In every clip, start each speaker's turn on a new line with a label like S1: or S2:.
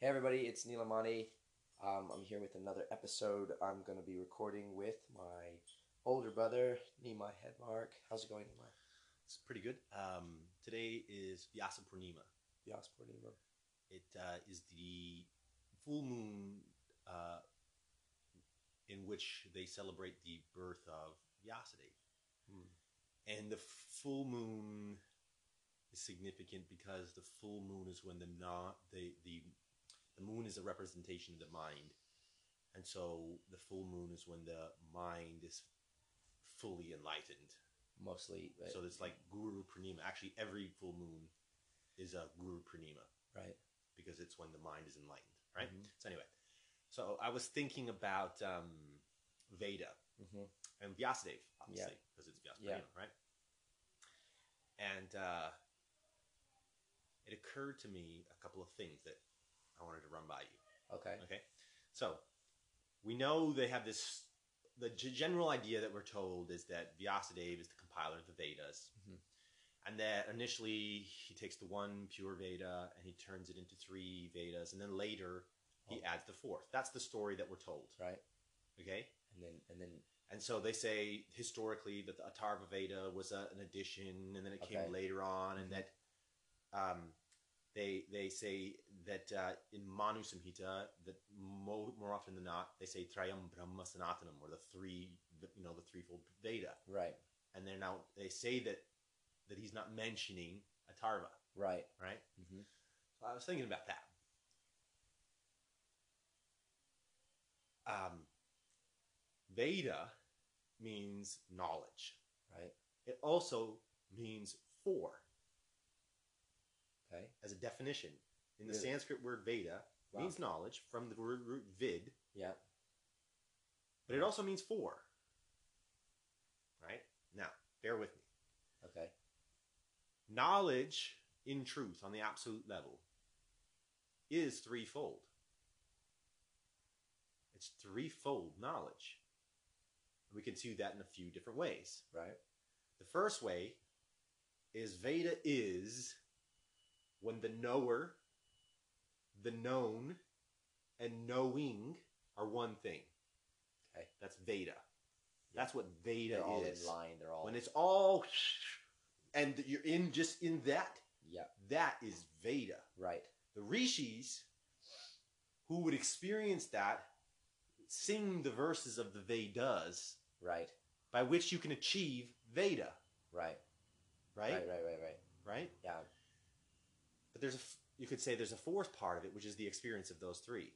S1: Hey everybody, it's Neil Amani. Um, I'm here with another episode. I'm going to be recording with my older brother, Nima Headmark. How's it going, Nima?
S2: It's pretty good. Um, today is Vyasa Purnima.
S1: Yes, poor Nima.
S2: It uh, is the full moon uh, in which they celebrate the birth of Vyasadeva.
S1: Hmm.
S2: And the full moon is significant because the full moon is when the not the the the moon is a representation of the mind, and so the full moon is when the mind is fully enlightened.
S1: Mostly, but,
S2: So it's like Guru Pranima. Actually, every full moon is a Guru Pranima
S1: right,
S2: because it's when the mind is enlightened, right?
S1: Mhm.
S2: So anyway, so I was thinking about um, Veda
S1: hmm
S2: and Vyasadeva, obviously, because it's Vyasa
S1: Yeah.
S2: Pranima, right? And uh, it occurred to me a couple of things that I wanted to run by you.
S1: Okay.
S2: Okay, so we know they have this. The g- general idea that we're told is that Vyasadeva is the compiler of the Vedas,
S1: Mhm.
S2: and that initially he takes the one pure Veda and he turns it into three Vedas, and then later he
S1: Oh.
S2: adds the fourth. That's the story that we're told.
S1: Right,
S2: Okay,
S1: and then and then
S2: and so they say historically that the Atharva Veda was a, an addition, and then it
S1: Okay.
S2: came later on, and that um, they they say that uh, in Manu Samhita that mo- more often than not they say Trayam Brahma Sanatanam or the three you know the threefold Veda,
S1: right,
S2: and they're now they say that that he's not mentioning Atharva,
S1: right.
S2: right?
S1: hmm
S2: So I was thinking about that. Um, Veda means knowledge.
S1: Right.
S2: It also means four
S1: Okay.
S2: as a definition. In the
S1: Really?
S2: Sanskrit word Veda
S1: Wow.
S2: means knowledge from the root, root vid,
S1: Yeah.
S2: but it also means four. Right? Now, bear with me.
S1: Okay.
S2: Knowledge in truth on the absolute level is threefold. It's threefold knowledge. We can see that in a few different ways.
S1: Right.
S2: The first way is Veda is when the knower, the known, and knowing are one thing.
S1: Okay.
S2: That's Veda. That's what Veda
S1: They're all
S2: is.
S1: in line. They're all
S2: When it's all and you're in just in that,
S1: yeah.
S2: that is Veda.
S1: Right.
S2: The rishis who would experience that sing the verses of the Vedas
S1: Right.
S2: by which you can achieve Veda,
S1: Right.
S2: right?
S1: Right.
S2: Right.
S1: Right. Right. Right. Yeah.
S2: But there's a f- you could say there's a fourth part of it which is the experience of those three.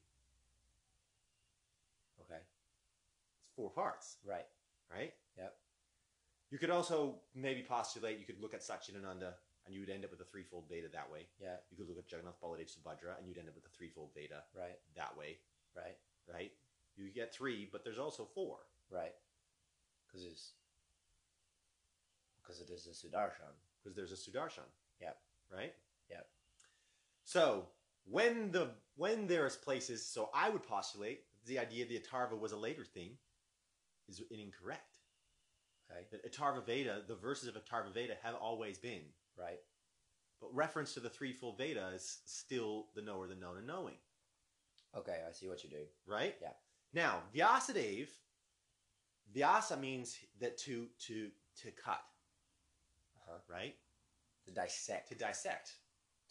S1: Okay.
S2: It's four parts,
S1: Right.
S2: right?
S1: Yep.
S2: You could also maybe postulate you could look at Satchitananda and you would end up with a threefold Veda that way.
S1: Yeah.
S2: You could look at Jagannath Baladev Subhadra and you'd end up with a threefold Veda
S1: Right.
S2: that way,
S1: Right.
S2: right? You get three, but there's also four.
S1: Right. Because it's because it is a Sudarshan.
S2: because there's a sudarshan.
S1: Yep.
S2: Right.
S1: Yep.
S2: So when the when there is places, so I would postulate the idea the Atarva was a later thing is incorrect.
S1: Okay.
S2: That Atarva Veda, the verses of Atarva Veda have always been,
S1: Right.
S2: but reference to the threefold Veda is still the knower, the known, and knowing.
S1: Okay. I see what you're doing.
S2: Right.
S1: Yeah.
S2: Now Vyasadeva, Vyasa means that to to to cut.
S1: Uh-huh.
S2: Right.
S1: To dissect.
S2: To dissect.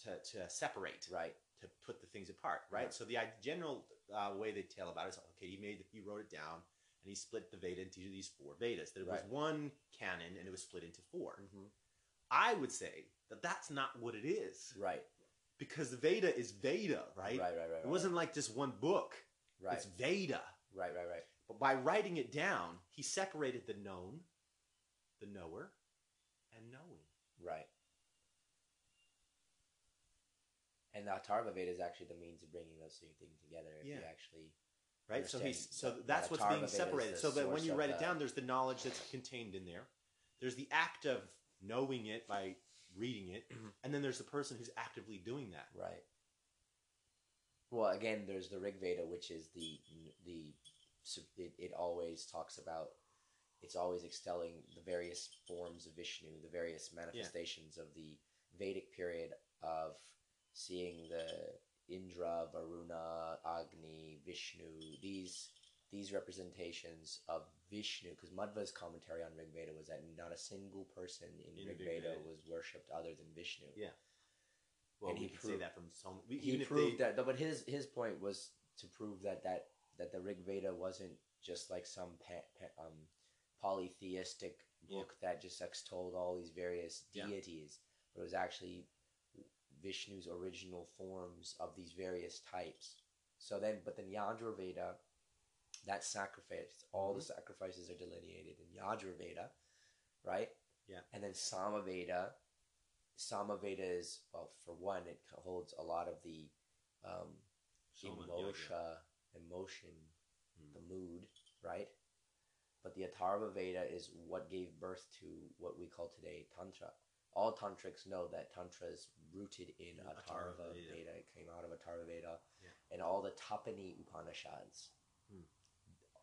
S2: To to separate.
S1: Right.
S2: to put the things apart, right?
S1: Yeah.
S2: So the i- general uh, way they tell about it is okay. He made he wrote it down and he split the Veda into these four Vedas. There
S1: Right.
S2: was one canon and it was split into four.
S1: Mm-hmm.
S2: I would say that that's not what it is
S1: Right.
S2: because the Veda is Veda, right?
S1: Right. Right. Right. Right.
S2: It wasn't like just one book.
S1: Right.
S2: It's Veda.
S1: Right. Right. Right.
S2: But by writing it down, he separated the known, the knower, and knowing.
S1: Right. And the Atharva Veda is actually the means of bringing those three things together. If you
S2: Yeah.
S1: actually
S2: Right, so he's
S1: Understand
S2: so
S1: that-
S2: that's
S1: that
S2: what's
S1: Atharva
S2: being
S1: Veda is
S2: separated.
S1: the
S2: So that when
S1: source
S2: you
S1: of
S2: write it
S1: the-
S2: down, there's the knowledge that's contained in there. There's the act of knowing it by reading it, and then there's the person who's actively doing that.
S1: right. Well, again, there's the Rig Veda, which is the the su- it, it always talks about. It's always extolling the various forms of Vishnu, the various manifestations of the Vedic period of seeing the Indra Shiva, Varuna, Agni, Vishnu. These these representations of Vishnu, because Madhva's commentary on Rig Veda was that not a single person in,
S2: In
S1: Rig
S2: Rig
S1: Veda
S2: Veda.
S1: was worshipped other than Vishnu.
S2: Yeah. Well,
S1: And
S2: we
S1: he
S2: can say
S1: proved-
S2: that from so many.
S1: he proved that no, but his his point was to prove that that that the Rig Veda wasn't just like some pa- pa- um, polytheistic
S2: Yeah.
S1: book that just extolled all these various
S2: Yeah.
S1: deities, but it was actually Vishnu's original forms of these various types. So then, but then Yajur Veda, that sacrifice, all the
S2: Mm-hmm.
S1: sacrifices are delineated in Yajur Veda, right?
S2: Yeah.
S1: And then Samaveda, Samaveda is well, for one, it co- holds a lot of the um,
S2: Soma, yeah, yeah.
S1: emotion, emotion,
S2: Mm.
S1: the mood, right? But the Atharva Veda is what gave birth to what we call today Tantra. All tantrics know that Tantra is rooted in
S2: In
S1: Atharva,
S2: Atharva Veda.
S1: Veda. It came out of Atharva Veda,
S2: Yeah.
S1: and all the Tapani Upanishads.
S2: Hmm.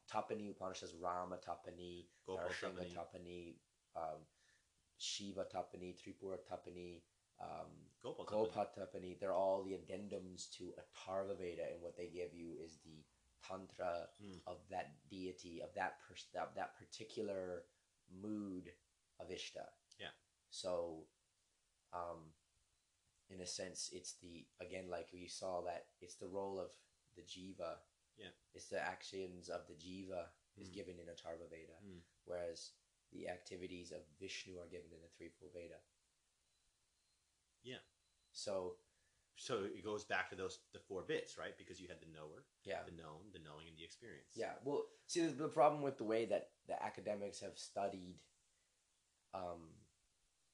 S1: Tapani Upanishads, Rama Tapani,
S2: Gopal
S1: Narasingha
S2: Tapani.
S1: Tapani, um, Shiva Tapani, Tripura Tapani, um,
S2: Gopal Tapani.
S1: Gopa Tapani. They're all the addendums to Atharva Veda, and what they give you is the tantra
S2: Hmm.
S1: of that deity, of that pers- of that particular mood of Ishta.
S2: Yeah.
S1: So, um, in a sense, it's the again like you saw that it's the role of the jiva.
S2: Yeah.
S1: It's the actions of the jiva is
S2: Hmm.
S1: given in Atharva Veda,
S2: Hmm.
S1: whereas the activities of Vishnu are given in the threefold Veda.
S2: Yeah.
S1: So
S2: So it goes back to those the four bits, right? Because you had the knower,
S1: yeah,
S2: the known, the knowing, and the experience.
S1: yeah. Well, see, the, the problem with the way that the academics have studied, um,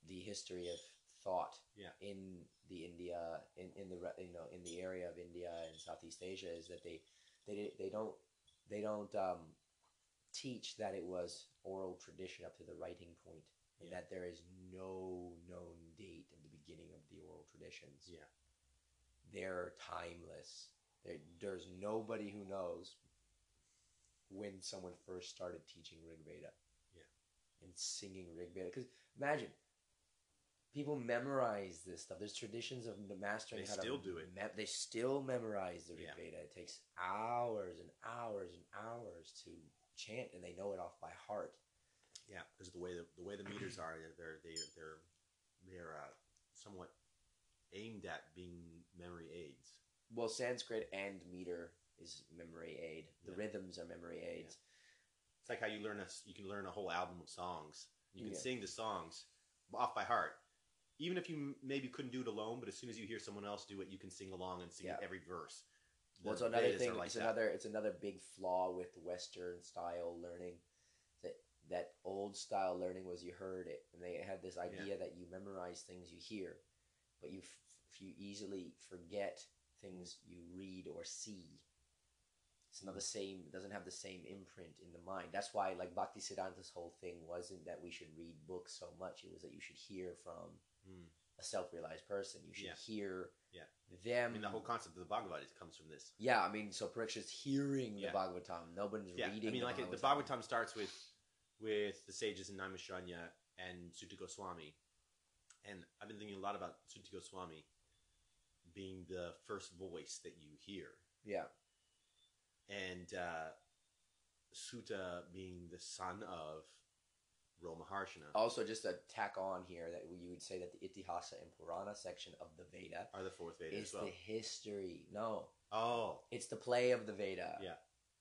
S1: the history of thought.
S2: Yeah.
S1: In the India, in in the re- you know in the area of India and Southeast Asia, is that they they they don't they don't um, teach that it was oral tradition up to the writing point, and
S2: Yeah.
S1: that there is no known date of the beginning of the oral traditions.
S2: Yeah.
S1: they're timeless. There, there's nobody who knows when someone first started teaching Rig Veda.
S2: Yeah.
S1: And singing Rig Veda. Because imagine, people memorize this stuff. There's traditions of n- mastering
S2: They
S1: how
S2: still
S1: to.
S2: do it.
S1: me- they still memorize the Rig
S2: Yeah.
S1: Veda. It takes hours and hours and hours to chant, and they know it off by heart.
S2: Yeah, because the way the, the way the meters are, they're they're they're they're, they're uh, somewhat aimed at being memory aids.
S1: Well, Sanskrit and meter is memory aid. The
S2: Yeah.
S1: rhythms are memory aids.
S2: It's like how you learn a s- you can learn a whole album of songs. You can
S1: Yeah.
S2: sing the songs off by heart, even if you m- maybe couldn't do it alone. But as soon as you hear someone else do it, you can sing along and sing
S1: Yeah.
S2: every verse.
S1: Well, it's
S2: The
S1: another
S2: Vedas are
S1: thing.
S2: like
S1: it's
S2: that.
S1: another. It's another big flaw with Western style learning. That that old style learning was you heard it, and they had this idea that you memorize things you hear, but you f- if you easily forget things you read or see. It's not the same. It doesn't have the same imprint in the mind. That's why, like Bhaktisiddhanta's whole thing wasn't that we should read books so much. It was that you should hear from
S2: Mm.
S1: a self-realized person. You should
S2: Yeah.
S1: hear
S2: Yeah. I
S1: them.
S2: mean, the whole concept of the Bhagavad Gita comes from this.
S1: Yeah, I mean, so Parikshit's hearing
S2: Yeah.
S1: the Bhagavatam. Nobody's
S2: Yeah,
S1: reading.
S2: I mean, like it- the
S1: Bhagavatam.
S2: Bhagavatam starts with with the sages in Naimishranya and Sutta Goswami, and I've been thinking a lot about Sutta Goswami being the first voice that you hear,
S1: Yeah,
S2: and uh, Sutta being the son of Roma Harshana
S1: Also, just to tack on here, that you would say that the Itihasa and Purana section of the Veda
S2: are the fourth Veda
S1: is
S2: as well.
S1: the history. No,
S2: oh,
S1: it's the play of the Veda.
S2: Yeah,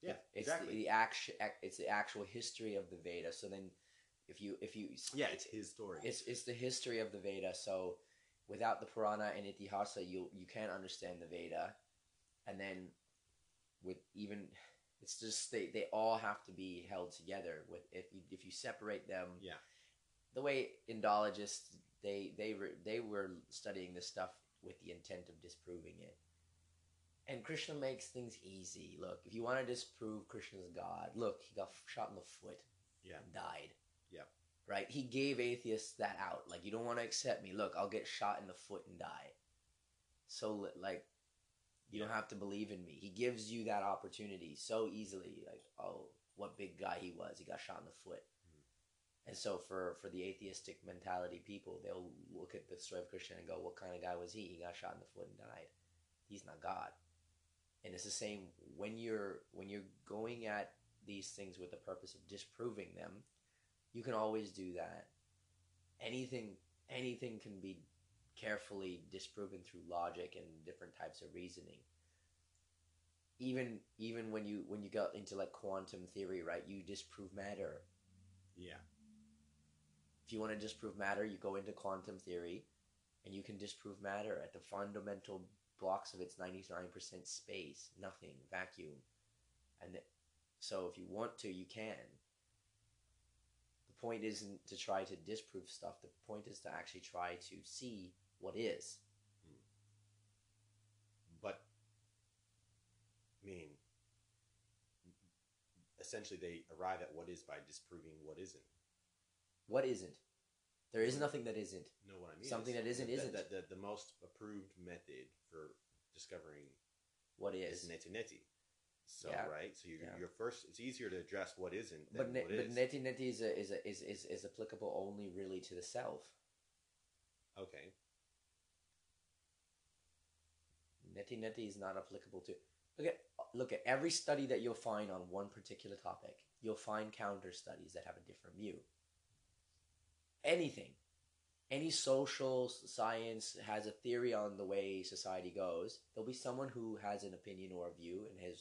S2: yeah,
S1: It- it's
S2: exactly.
S1: The, the action. It's the actual history of the Veda. So then, if you if you
S2: yeah, it's his story.
S1: It's it's the history of the Veda. So without the Purana and Itihasa, you you can't understand the Veda. And then with even it's just they, they all have to be held together with if you if you separate them
S2: Yeah.
S1: the way Indologists they they were they were studying this stuff with the intent of disproving it. And Krishna makes things easy. Look, if you want to disprove Krishna's God, look, he got shot in the foot
S2: Yeah.
S1: and died.
S2: Yeah.
S1: Right? He gave atheists that out. Like, you don't want to accept me. Look, I'll get shot in the foot and die. So, li- like, you don't have to believe in me. He gives you that opportunity so easily. Like, oh, what big guy he was. He got shot in the foot.
S2: Mhm.
S1: And so, for, for the atheistic mentality people, they'll look at the story of Krishna and go, what kind of guy was he? He got shot in the foot and died. He's not God. and it's the same when you're when you're going at these things with the purpose of disproving them you can always do that anything anything can be carefully disproven through logic and different types of reasoning even even when you when you got into like quantum theory right you disprove matter
S2: Yeah.
S1: if you want to disprove matter, you go into quantum theory and you can disprove matter at the fundamental blocks of its 99% space, nothing, vacuum. And th- so if you want to, you can. The point isn't to try to disprove stuff, the point is to actually try to see what is.
S2: But, I mean, essentially they arrive at what is by disproving what isn't.
S1: What isn't? There is nothing that isn't.
S2: Know what I mean?
S1: Something that isn't
S2: the,
S1: isn't.
S2: The, the, the most approved method for discovering
S1: What
S2: is
S1: is?
S2: neti neti. So
S1: Yeah.
S2: right, so you
S1: Yeah.
S2: you're first. It's easier to address what isn't than
S1: But, ne-
S2: what
S1: but
S2: is.
S1: neti neti is, a, is, a, is, is, is applicable only really to the self.
S2: okay,
S1: neti neti is not applicable to look at look at every study that you'll find on one particular topic you'll find counter studies that have a different view anything any social s- science has a theory on the way society goes there'll be someone who has an opinion or a view and has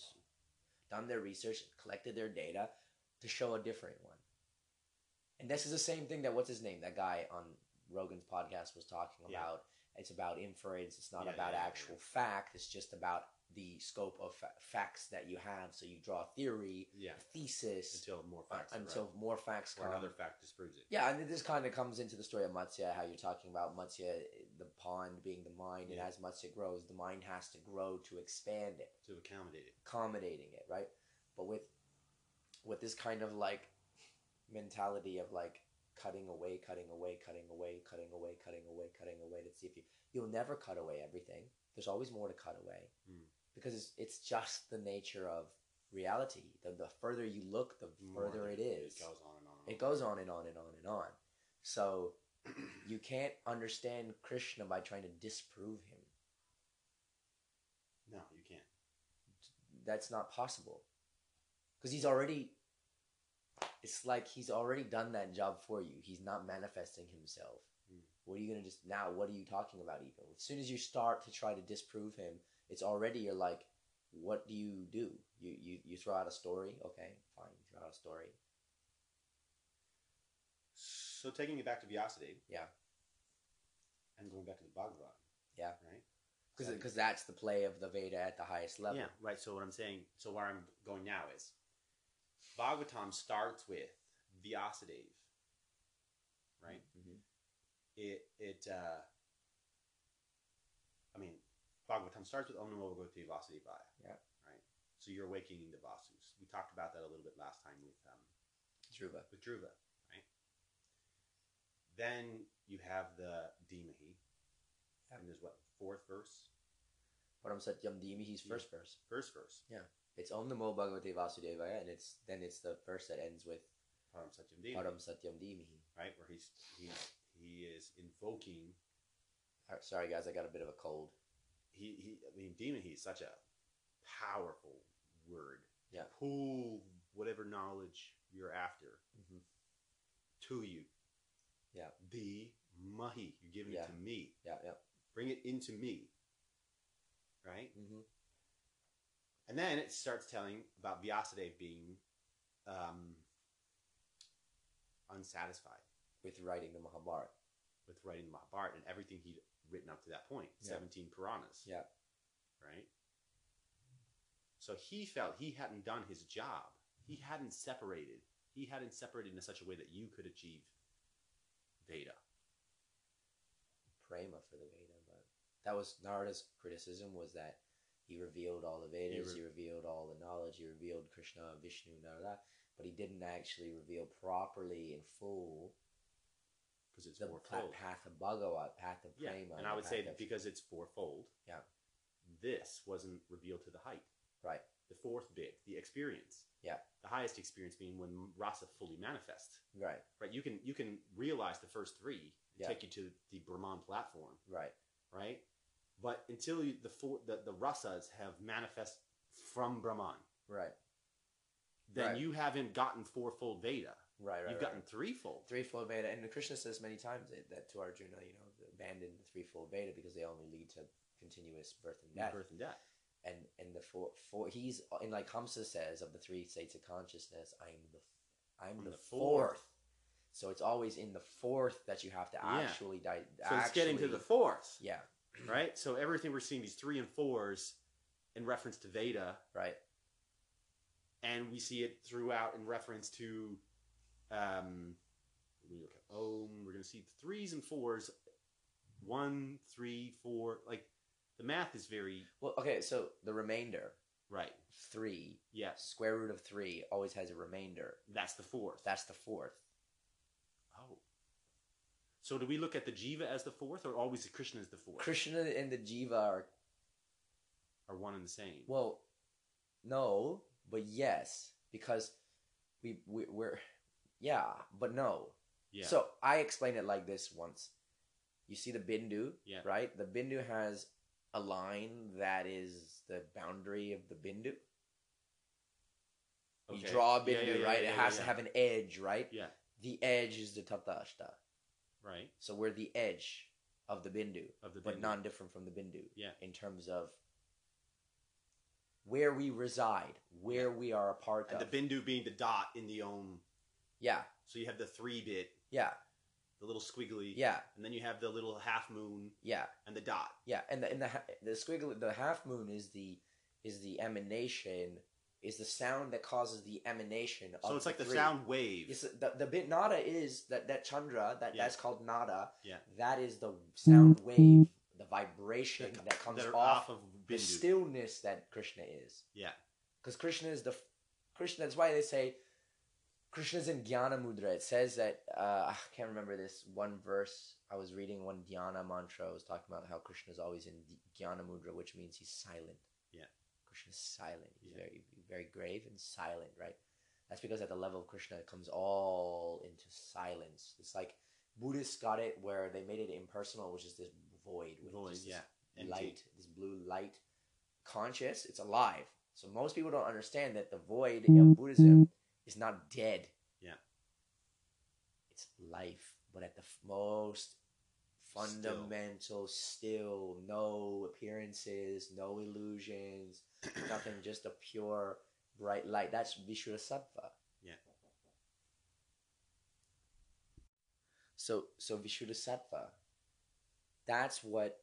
S1: done their research collected their data to show a different one and this is the same thing that what's his name that guy on rogan's podcast was talking
S2: Yeah.
S1: about it's about inference it's not
S2: Yeah,
S1: about
S2: yeah, yeah,
S1: actual fact it's just about the scope of fa- facts that you have so you draw a theory
S2: yeah.
S1: a thesis
S2: Until more
S1: uh,
S2: facts. are
S1: until
S2: right.
S1: more facts
S2: or
S1: come
S2: another fact disproves it.
S1: yeah, and then this kind of comes into the story of Matsya, how you're talking about Matsya, the pond being the mind,
S2: Yeah.
S1: and as Matsya grows, the mind has to grow to expand it,
S2: To accommodate it.
S1: accommodating it, right? But with with this kind of like mentality of like cutting away, cutting away, cutting away, cutting away, cutting away, cutting away to see if you you'll never cut away everything. There's always more to cut away
S2: Mm.
S1: because it's it's just the nature of reality. The the further you look, the
S2: More
S1: further
S2: than-
S1: it is
S2: It goes on and on. And
S1: it goes on and on and on and on. So you can't understand Krishna by trying to disprove him.
S2: No, you can't.
S1: That's not possible. Because he's already, it's like he's already done that job for you. He's not manifesting himself.
S2: Hmm.
S1: What are you going to just, now, what are you talking about even? As soon as you start to try to disprove him, it's already, you're like, what do you do? You, you, you throw out a story? Okay, fine, you throw out a story.
S2: So taking it back to Vyasadeva.
S1: Yeah.
S2: And going back to the Bhagavad.
S1: Yeah.
S2: Right. Exactly.
S1: Because that's the play of the Veda at the highest level.
S2: Yeah. Right. So what I'm saying, so where I'm going now is, Bhagavatam starts with Vyasadeva. Right.
S1: Mhm.
S2: It it. uh I mean, Bhagavatam starts with Om Namo Bhagavate Vasudevaya.
S1: Yeah.
S2: Right. So you're awakening the Vasus. We talked about that a little bit last time with um,
S1: Dhruva.
S2: with Dhruva, right? Then you have the Dhimahi, and there's what fourth verse,
S1: Param Satyam Dhimihi's first verse.
S2: first verse,
S1: It's Om Namo Bhagavate Vasudevaya, and it's then it's the verse that ends with
S2: Param Satyam Dhimahi,
S1: Param Satyam Dhimihi.
S2: right, where he's he's he is invoking
S1: Uh, Sorry guys, I got a bit of a cold.
S2: he he. I mean, Dhimahi is such a powerful word.
S1: Yeah.
S2: pull whatever knowledge you're after
S1: Mm-hmm.
S2: to you.
S1: Yeah.
S2: the mahi, you're giving
S1: Yeah.
S2: it to me.
S1: Yeah, yeah.
S2: Bring it into me. Right.
S1: Mm-hmm.
S2: And then it starts telling about Vyasadeva being um, unsatisfied
S1: With writing the Mahabharata.
S2: with writing the Mahabharata and everything he'd written up to that point
S1: Yeah.
S2: 17 Puranas.
S1: Yeah.
S2: Right? So he felt he hadn't done his job. He hadn't separated. He hadn't separated in such a way that you could achieve Veda.
S1: Prema for the Veda, but that was Narada's criticism was that he revealed all the Vedas,
S2: re-
S1: he, revealed all the knowledge, he revealed Krishna, Vishnu, Narada, but he didn't actually reveal properly in full
S2: Because it's
S1: the
S2: fourfold.
S1: pa- path of Bhagavat, path of
S2: yeah.
S1: Prema.
S2: and I
S1: the
S2: would say
S1: path
S2: that
S1: of-
S2: because it's fourfold,
S1: Yeah.
S2: this wasn't revealed to the height.
S1: right,
S2: the fourth bit, the experience.
S1: Yeah.
S2: The highest experience being when rasa fully manifests.
S1: right,
S2: Right. You can you can realize the first three and
S1: Yeah.
S2: take you to the Brahman platform,
S1: right,
S2: right? But until you, the four the, the rasas have manifest from Brahman,
S1: Right.
S2: then
S1: Right.
S2: you haven't gotten fourfold Veda.
S1: Right. Right. right.
S2: You've gotten threefold.
S1: threefold Veda, and Krishna says many times that, that to Arjuna, you know, abandon the threefold Veda because they only lead to continuous birth and death.
S2: Birth and death.
S1: And and the four four he's and like Hamsa says of the three states of consciousness, I'm the I'm,
S2: I'm
S1: the,
S2: the
S1: fourth.
S2: fourth.
S1: So it's always in the fourth that you have to
S2: Yeah.
S1: actually di-
S2: So it's getting to
S1: actually-
S2: the fourth,
S1: yeah
S2: right? So everything we're seeing these three and fours in reference to Veda,
S1: right
S2: and we see it throughout in reference to. Um, we look at Om. We're going to see threes and fours, one, three, four. Like the math is very
S1: well okay so the remainder
S2: right.
S1: three
S2: Yes,
S1: square root of three always has a remainder.
S2: that's the fourth.
S1: That's the fourth.
S2: Oh. So do we look at the Jiva as the fourth, or always the Krishna as the fourth,
S1: Krishna and the Jiva are
S2: or one and the same?
S1: Well, no, but yes, because we, we we're yeah, but no.
S2: yeah.
S1: So I explained it like this once. You see the bindu,
S2: Yeah.
S1: right? The bindu has a line that is the boundary of the bindu. You
S2: Okay.
S1: draw a
S2: Yeah,
S1: bindu,
S2: yeah, yeah,
S1: right?
S2: yeah,
S1: it
S2: yeah,
S1: has
S2: yeah.
S1: to have an edge, right?
S2: Yeah.
S1: The edge is the tatashta.
S2: Right.
S1: So we're the edge of the bindu,
S2: Of the
S1: but
S2: Bindu.
S1: non different from the bindu.
S2: Yeah.
S1: in terms of where we reside, where we are a part
S2: And
S1: of.
S2: the Bindu being the dot in the Om.
S1: yeah,
S2: So you have the three bit,
S1: yeah,
S2: the little squiggly,
S1: yeah,
S2: and then you have the little half moon
S1: yeah,
S2: and the dot.
S1: yeah. And the and the ha- the squiggle the half moon is the is the emanation is the sound that causes the emanation. Of
S2: So it's like the
S1: three.
S2: sound wave.
S1: It's the the bit nada is that that chandra that
S2: Yeah.
S1: that's called nada.
S2: Yeah.
S1: That is the sound wave, the vibration
S2: co-
S1: that comes
S2: that are
S1: off
S2: of
S1: the
S2: Bindu.
S1: stillness that Krishna is.
S2: Yeah.
S1: Because Krishna is the f- Krishna. That's why they say Krishna's in Jnana Mudra. It says that uh, I can't remember this one verse. I was reading one Dhyana mantra. I was talking about how Krishna's always in D- Jnana Mudra, which means he's silent.
S2: Yeah.
S1: Krishna's silent. He's
S2: Yeah.
S1: very very grave and silent, right? That's because at the level of Krishna, it comes all into silence. It's like Buddhists got it where they made it impersonal, which is this void. with
S2: Void,
S1: just this
S2: yeah. Empty.
S1: light, this blue light, conscious, it's alive. So most people don't understand that the void of Buddhism is not dead.
S2: Yeah.
S1: It's life, but at the f- most fundamental, still. no appearances, no illusions, nothing, just a pure bright light. That's Vishuddha Sattva.
S2: Yeah.
S1: So so Vishuddha Sattva, that's what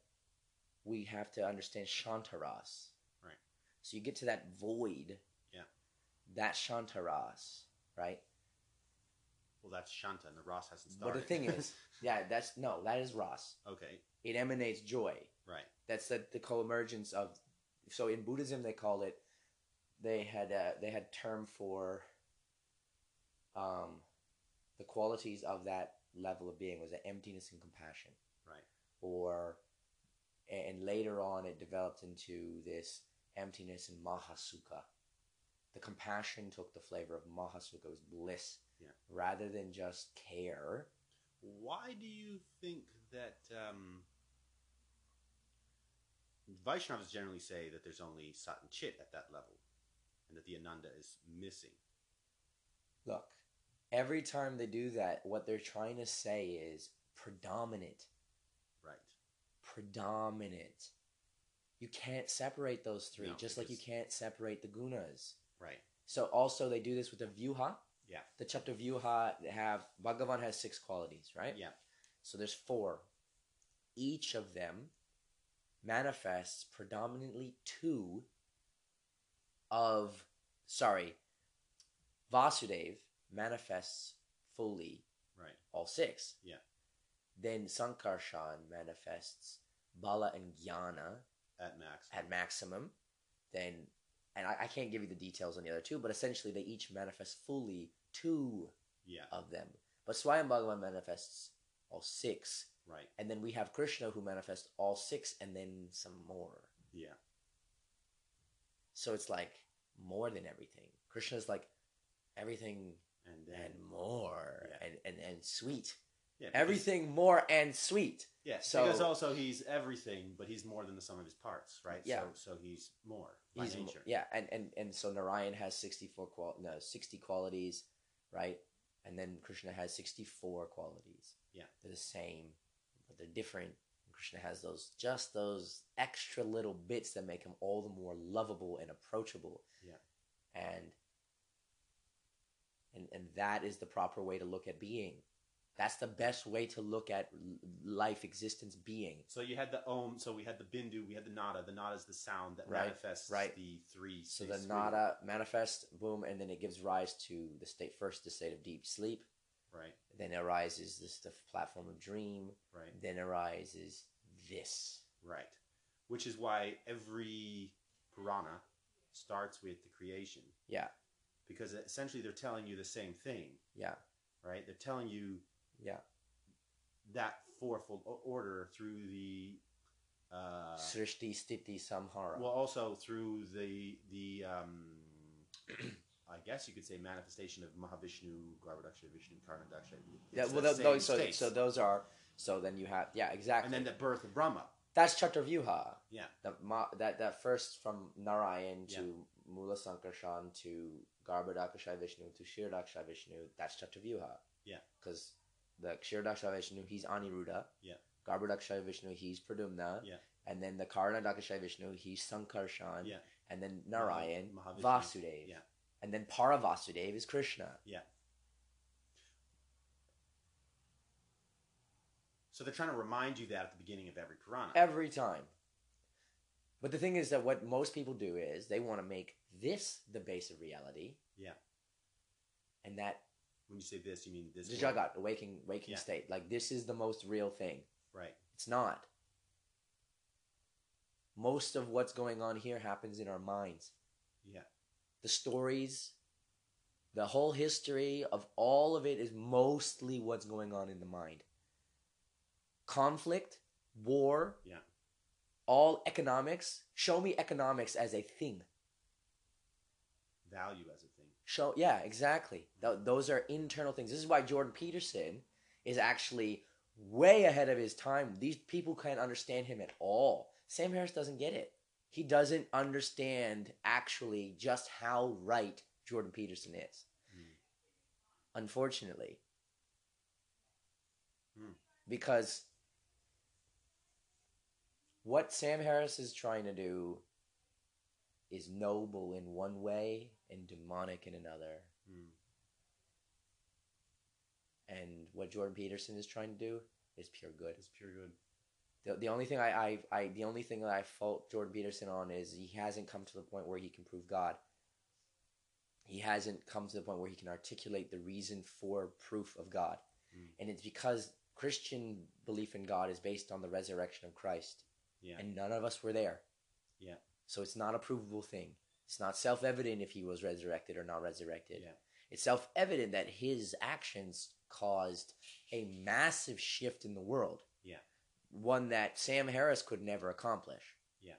S1: we have to understand Shantaras.
S2: Right.
S1: So you get to that void.
S2: Yeah.
S1: That Shantaras, right?
S2: Well, that's Shanta, and the Ross hasn't
S1: But
S2: started.
S1: the thing is- Yeah, that's no, that is Ras.
S2: okay,
S1: It emanates joy.
S2: right.
S1: That's the, the co-emergence of. So in Buddhism, they call it. They had a, they had term for. Um, the qualities of that level of being was the emptiness and compassion.
S2: Right.
S1: Or, and later on, it developed into this emptiness and mahasukha. The compassion took the flavor of mahasukha, it was bliss,
S2: Yeah.
S1: rather than just care.
S2: Why do you think that um, Vaishnavas generally say that there's only Sat and Chit at that level, and that the Ananda is missing?
S1: Look, every time they do that, what they're trying to say is predominant,
S2: Right.
S1: predominant. You can't separate those three,
S2: No,
S1: just like you
S2: because-
S1: can't separate the gunas.
S2: Right.
S1: So also they do this with the vyuha.
S2: Yeah.
S1: The chatuvyuha have Bhagavan has six qualities, right?
S2: Yeah.
S1: So there's four. Each of them manifests predominantly two of sorry, Vasudev manifests fully
S2: Right.
S1: all six.
S2: Yeah.
S1: Then Sankarshan manifests Bala and Jnana
S2: At max.
S1: at maximum, then, and I, I can't give you the details on the other two, but essentially they each manifest fully two
S2: yeah.
S1: of them. But Swayam Bhagavan manifests all six,
S2: Right.
S1: and then we have Krishna who manifests all six and then some more.
S2: Yeah.
S1: So it's like more than everything. Krishna's like everything
S2: And then
S1: and more
S2: Yeah.
S1: and, and, and sweet.
S2: yeah, because-
S1: Everything more and sweet.
S2: Yeah,
S1: So-
S2: because also he's everything, but he's more than the sum of his parts, right?
S1: Yeah.
S2: So, so he's more by
S1: He's,
S2: nature.
S1: yeah, and, and and so Narayan has sixty four qual no sixty qualities, right? And then Krishna has sixty four qualities.
S2: Yeah.
S1: they're the same, but they're different. Krishna has those just those extra little bits that make him all the more lovable and approachable.
S2: Yeah.
S1: and and and that is the proper way to look at being. That's the best way to look at l- life, existence, being.
S2: So you had the om, so we had the bindu, we had the nada. The nada is the sound that
S1: Right,
S2: manifests
S1: right.
S2: the three.
S1: So
S2: these
S1: the
S2: three-
S1: nada manifests, boom, and then it gives rise to the state first, the state of deep sleep.
S2: Right,
S1: Then arises this the platform of dream.
S2: right,
S1: Then arises this.
S2: right. Which is why every Purana starts with the creation.
S1: Yeah,
S2: Because essentially they're telling you the same thing,
S1: yeah,
S2: right? They're telling you
S1: yeah.
S2: that fourfold o- order through the uh,
S1: Srishti, stiti, samhara.
S2: well also through the the um, I guess you could say manifestation of Mahavishnu, Garbhodaksha, Vishnu, Karnadaksha.
S1: Yeah,
S2: It's
S1: well,
S2: the
S1: tho- those,
S2: same
S1: so,
S2: states.
S1: so those are. So then you have yeah exactly.
S2: and then the birth of Brahma.
S1: that's Chaturvyuha.
S2: Yeah.
S1: The ma, that that first from Narayan to Mula Sankarshan to Garbhodakshai Vishnu to Shirdakshai Vishnu, that's Chaturvyuha.
S2: Yeah.
S1: Because the Shirdakshai Vishnu, he's Aniruddha.
S2: Yeah.
S1: Garbhodakshai Vishnu, he's Pradumna.
S2: Yeah.
S1: And then the Karanadakshai Vishnu, he's Sankarshan.
S2: Yeah.
S1: And then Narayan,
S2: Maha- Mahavishnu.
S1: Vasudeva.
S2: Yeah.
S1: And then Paravasudeva is Krishna.
S2: So they're trying to remind you that at the beginning of every Purana.
S1: every time. But the thing is that what most people do is they want to make this the base of reality.
S2: Yeah.
S1: And that
S2: when you say this, you mean this.
S1: the
S2: one.
S1: jagat, the waking waking
S2: Yeah.
S1: state, like this is the most real thing.
S2: Right.
S1: It's not. Most of what's going on here happens in our minds.
S2: Yeah.
S1: The stories, the whole history of all of it is mostly what's going on in the mind. Conflict, war,
S2: Yeah.
S1: all economics. Show me economics as a thing.
S2: Value as a thing.
S1: Show yeah, exactly. Th- those are internal things. This is why Jordan Peterson is actually way ahead of his time. These people can't understand him at all. Sam Harris doesn't get it. He doesn't understand actually just how right Jordan Peterson is.
S2: Mm.
S1: Unfortunately.
S2: Hmm.
S1: Because what Sam Harris is trying to do is noble in one way and demonic in another.
S2: Mm.
S1: And what Jordan Peterson is trying to do is pure good.
S2: It's pure good.
S1: The, the only thing I, I, I the only thing that I fault Jordan Peterson on is he hasn't come to the point where he can prove God. He hasn't come to the point where he can articulate the reason for proof of God.
S2: Mm.
S1: And it's because Christian belief in God is based on the resurrection of Christ.
S2: Yeah.
S1: And none of us were there.
S2: Yeah.
S1: So it's not a provable thing. It's not self evident if he was resurrected or not resurrected.
S2: Yeah.
S1: It's self evident that his actions caused a massive shift in the world.
S2: Yeah.
S1: One that Sam Harris could never accomplish.
S2: Yeah.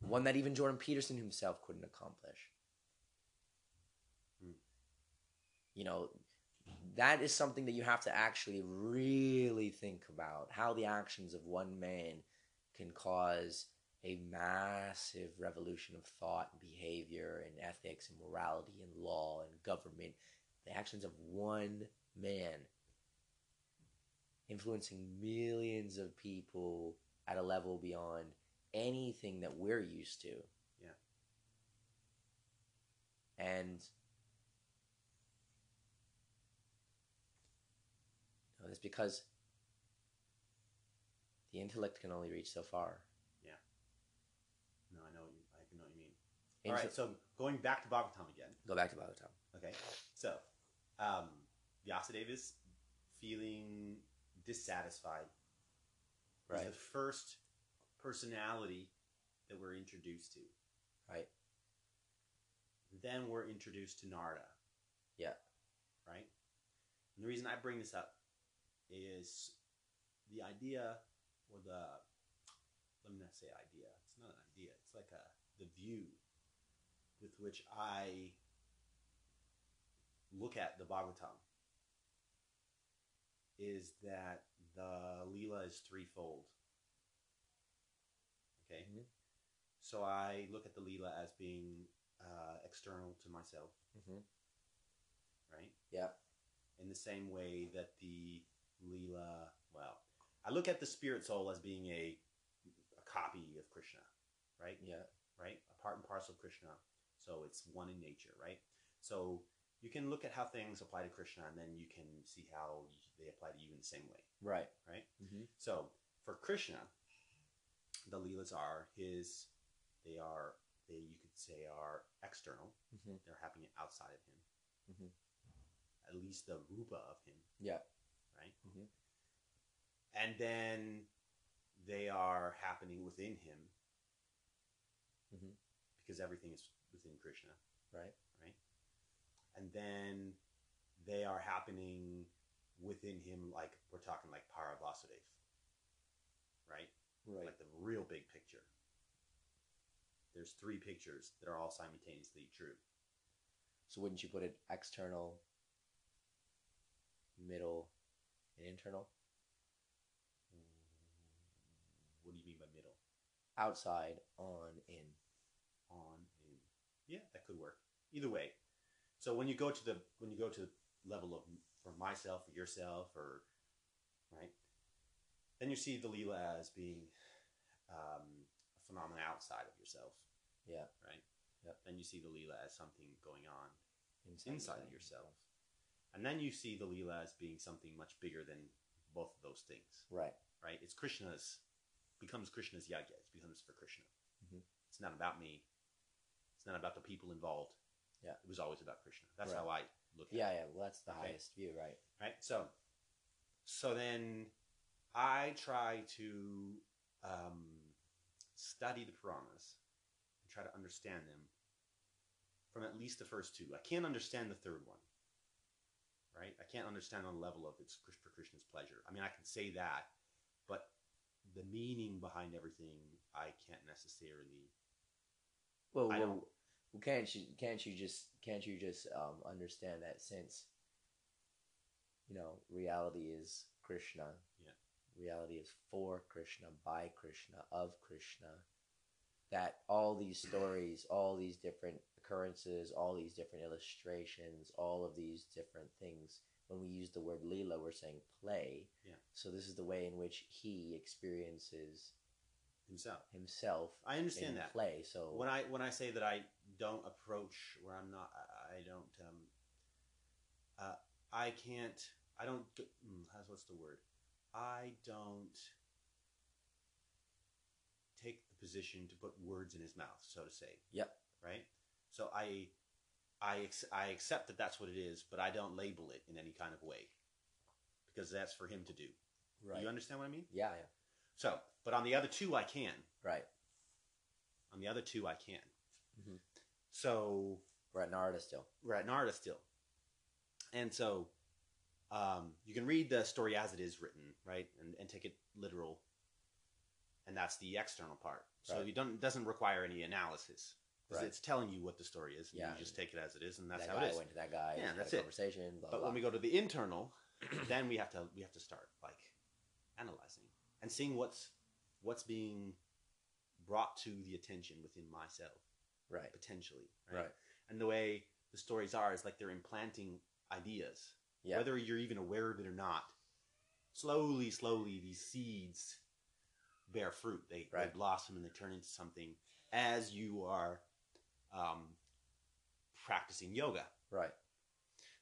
S1: One that even Jordan Peterson himself couldn't accomplish.
S2: Hmm.
S1: You know, that is something that you have to actually really think about how the actions of one man can cause a massive revolution of thought and behavior and ethics and morality and law and government the actions of one man influencing millions of people at a level beyond anything that we're used to
S2: Yeah.
S1: and No, That's because the intellect can only reach so far.
S2: No, I know what you, I know what you mean.
S1: Intel-
S2: All right, so going back to Bhagavatam again.
S1: Go back to Bhagavatam.
S2: Okay, so um, Vyasadeva is feeling dissatisfied. Is
S1: Right.
S2: the first personality that we're introduced to.
S1: Right.
S2: Then we're introduced to Narda.
S1: Yeah.
S2: Right? And the reason I bring this up is the idea or the let me not say idea. It's not an idea. It's like a the view with which I look at the Bhagavatam is that the Leela is threefold. Okay.
S1: Mhm.
S2: So I look at the Leela as being uh, external to myself,
S1: Mm-hmm.
S2: right?
S1: Yep.
S2: In the same way that the Leela, well, I look at the spirit soul as being a, a copy of Krishna, right?
S1: Yeah.
S2: right? A part and parcel of Krishna. So it's one in nature, right? So you can look at how things apply to Krishna and then you can see how they apply to you in the same way.
S1: Right.
S2: Right?
S1: Mm-hmm.
S2: So for Krishna, the Leelas are his, they are, they, you could say, are external.
S1: Mm-hmm.
S2: They're happening outside of him.
S1: Mhm.
S2: At least the Rupa of him,
S1: Yeah.
S2: right?
S1: Mhm.
S2: And then they are happening within him
S1: Mhm.
S2: because everything is within Krishna.
S1: Right.
S2: and then they are happening within him like we're talking like Paravasudev, right?
S1: Right.
S2: Like the real big picture. There's three pictures that are all simultaneously true.
S1: So wouldn't you put it external, middle, and internal?
S2: What do you mean by middle?
S1: Outside, on, in.
S2: On in. Yeah, that could work. Either way. So when you go to the when you go to the level of for myself or yourself or right, then you see the Leela as being um, a phenomenon outside of yourself.
S1: Yeah.
S2: right?
S1: Yep.
S2: Then you see the Leela as something going on
S1: Inside,
S2: inside of yourself. And then you see the Leela as being something much bigger than both of those things,
S1: Right.
S2: right? It's Krishna's, becomes Krishna's yagya. It becomes for Krishna.
S1: Mhm.
S2: It's not about me. It's not about the people involved.
S1: Yeah.
S2: It was always about Krishna. That's
S1: Right.
S2: how I look at
S1: Yeah,
S2: it.
S1: yeah. Well, that's the
S2: Okay.
S1: highest view, right?
S2: Right? So, so then I try to um, study the Puranas and try to understand them from at least the first two. I can't understand the third one, right? I can't understand on the level of it's Krish- for Krishna's pleasure. I mean, I can say that, but the meaning behind everything, I can't necessarily.
S1: Well,
S2: I
S1: well,
S2: don't.
S1: well, can't you can't you just can't you just um, understand that since you know reality is Krishna.
S2: Yeah.
S1: Reality is for Krishna, by Krishna, of Krishna. That all these stories, all these different occurrences, all these different illustrations, all of these different things. When we use the word Leela, we're saying play.
S2: Yeah.
S1: So this is the way in which he experiences
S2: Himself.
S1: himself
S2: I understand
S1: in
S2: that.
S1: play. So
S2: when I when I say that I don't approach where I'm not I- I don't um uh I can't I don't d- mm, how's what's the word I don't take the position to put words in his mouth so to say
S1: Yep.
S2: right so I I ex- I accept that that's what it is but I don't label it in any kind of way because that's for him to do
S1: right.
S2: you understand what I mean
S1: yeah, yeah.
S2: so but on the other two I can
S1: Right.
S2: on the other two I can
S1: Mhm.
S2: so
S1: We're at Narada still.
S2: we're at Narda still. And so um, you can read the story as it is written, right? And, and take it literal. And that's the external part. So
S1: Right.
S2: you don't it doesn't require any analysis. 'Cause
S1: Right.
S2: It's telling you what the story is. And
S1: Yeah.
S2: You just take it as it is, and that's
S1: that
S2: how
S1: guy
S2: it is.
S1: went to that guy.
S2: Yeah,
S1: had a
S2: that's it.
S1: Conversation. Blah,
S2: But
S1: blah.
S2: when we go to the internal, then we have to we have to start like analyzing and seeing what's what's being brought to the attention within myself
S1: right,
S2: potentially.
S1: right,
S2: and the way the stories are is like they're implanting ideas
S1: yeah,
S2: whether you're even aware of it or not slowly slowly these seeds bear fruit they,
S1: Right.
S2: they blossom and they turn into something as you are um, practicing yoga
S1: right.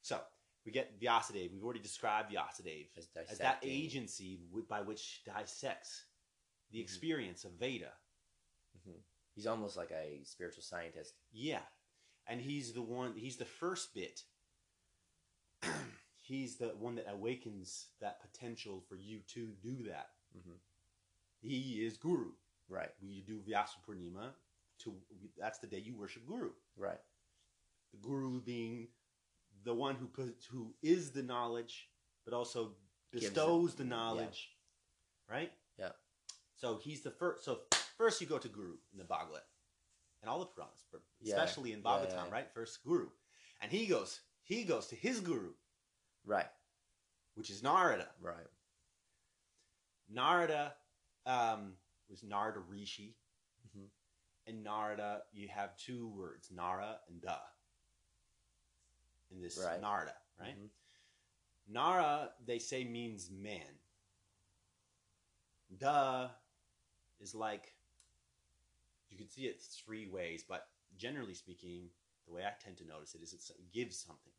S2: so we get vyasadeva we've already described vyasadeva
S1: As,
S2: as that
S1: dissecting.
S2: agency w- by which dissects the
S1: Mhm.
S2: experience of veda
S1: Mhm. he's almost like a spiritual scientist.
S2: Yeah. And he's the one, he's the first bit. he's the one that awakens that potential for you to do that.
S1: Mhm.
S2: He is Guru.
S1: Right,
S2: You do Vyasa Purnima, to, that's the day you worship Guru.
S1: right,
S2: The Guru being the one who, put, who is the knowledge, but also
S1: Gives it-
S2: bestows the
S1: yeah.
S2: knowledge. Right?
S1: Yeah.
S2: So he's the first. So first you go to Guru in the Bhagavad and all the Puranas, but
S1: Yeah.
S2: especially in
S1: Yeah, yeah,
S2: Bhagavatam,
S1: yeah.
S2: right? First Guru, and he goes, he goes to his Guru,
S1: right,
S2: which is Narada.
S1: right.
S2: Narada um, was Narada Rishi,
S1: Mhm.
S2: and Narada you have two words Nara and Da. In this
S1: Right.
S2: Narada, right?
S1: Mhm.
S2: Nara they say means man. Da is like you can see it three ways, but generally speaking, the way I tend to notice it is it's- it gives something.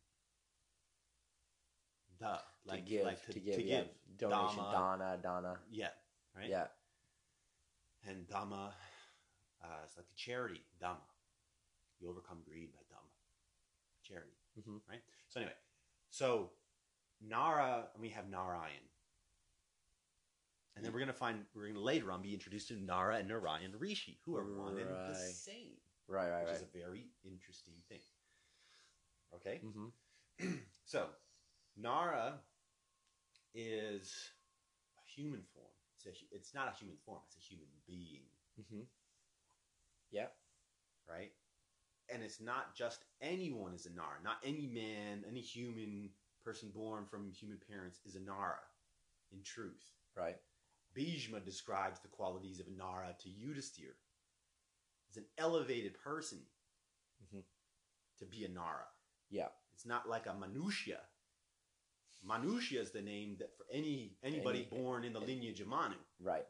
S2: Da, like
S1: to give,
S2: like
S1: to, give, yeah, donation,
S2: Dhamma.
S1: Donna, Donna,
S2: yeah, right?
S1: yeah,
S2: And Dhamma, uh, it's like a charity, Dhamma. You overcome greed by Dhamma. Charity.
S1: Mhm.
S2: Right? So anyway, so Nara, and we have Narayan. And then we're gonna find we're gonna later on be introduced to Nara and Narayan Rishi, who are one and the
S1: Right.
S2: same.
S1: right, right,
S2: Which
S1: right.
S2: is a very interesting thing. Okay?
S1: mm-hmm.
S2: So, Nara is a human form. It's, a, hu- it's not a human form, it's a human being,
S1: Mm-hmm.
S2: right? And it's not just anyone is a Nara. Not any man, any human person born from human parents is a Nara, in truth.
S1: Right.
S2: Bhishma describes the qualities of a Nara to Yudhisthira. It's an elevated person
S1: Mhm.
S2: to be a Nara.
S1: Yeah.
S2: It's not like a Manushya. Manushya is the name that for any anybody
S1: Any-
S2: born in the
S1: any-
S2: lineage of Manu,
S1: Right.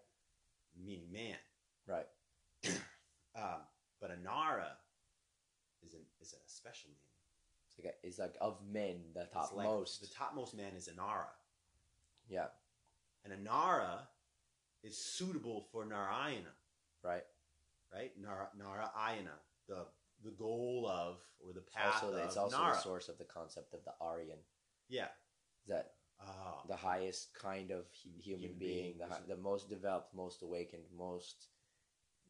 S2: meaning man.
S1: Right.
S2: Um, but a Nara is, an, is a special name.
S1: It's like, a, it's like of men, the
S2: It's like
S1: topmost.
S2: The topmost man is a Nara.
S1: yeah.
S2: And a Nara is suitable for Narayana.
S1: Right.
S2: right? Nara, Narayana, the the goal of or the path
S1: Also,
S2: of
S1: it's also
S2: Nara.
S1: the source of the concept of the Aryan.
S2: Yeah.
S1: That
S2: Oh,
S1: the highest kind of hu- human, being,
S2: Human being,
S1: the, hi-
S2: isn't
S1: the most developed, most awakened, most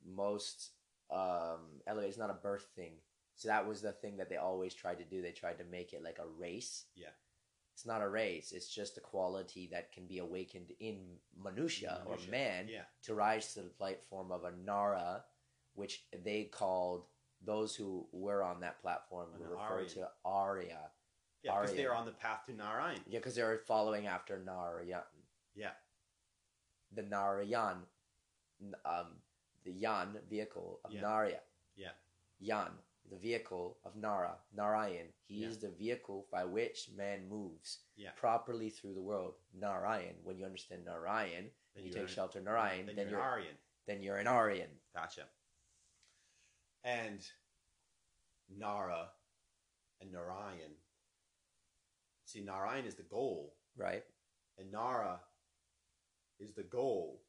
S1: most um, elevated. It's not a birth thing. So that was the thing that they always tried to do. They tried to make it like a race.
S2: Yeah.
S1: It's not a race. It's just a quality that can be awakened in minutia,
S2: Minutia.
S1: or man
S2: yeah.
S1: to rise to the platform of a Nara, which they called those who were on that platform
S2: An
S1: were
S2: Aryan.
S1: referred to Arya.
S2: Yeah, because
S1: Arya.
S2: they're on the path to Narayan.
S1: Yeah, because they were following after Narayan.
S2: Yeah.
S1: The Narayan, n- um, the Yan vehicle of
S2: Yeah.
S1: Narya.
S2: Yeah.
S1: Yan, the vehicle of Nara, Narayan. He
S2: Yeah.
S1: is the vehicle by which man moves
S2: Yeah.
S1: properly through the world. Narayan. When you understand Narayan,
S2: Then
S1: you
S2: you're
S1: take
S2: an-
S1: shelter in Narayan,
S2: Then,
S1: then
S2: you're
S1: you're-
S2: an Aryan.
S1: then you're an Aryan.
S2: Gotcha. And Nara and Narayan. See, Narayan is the goal,
S1: Right?
S2: and Nara is the goal.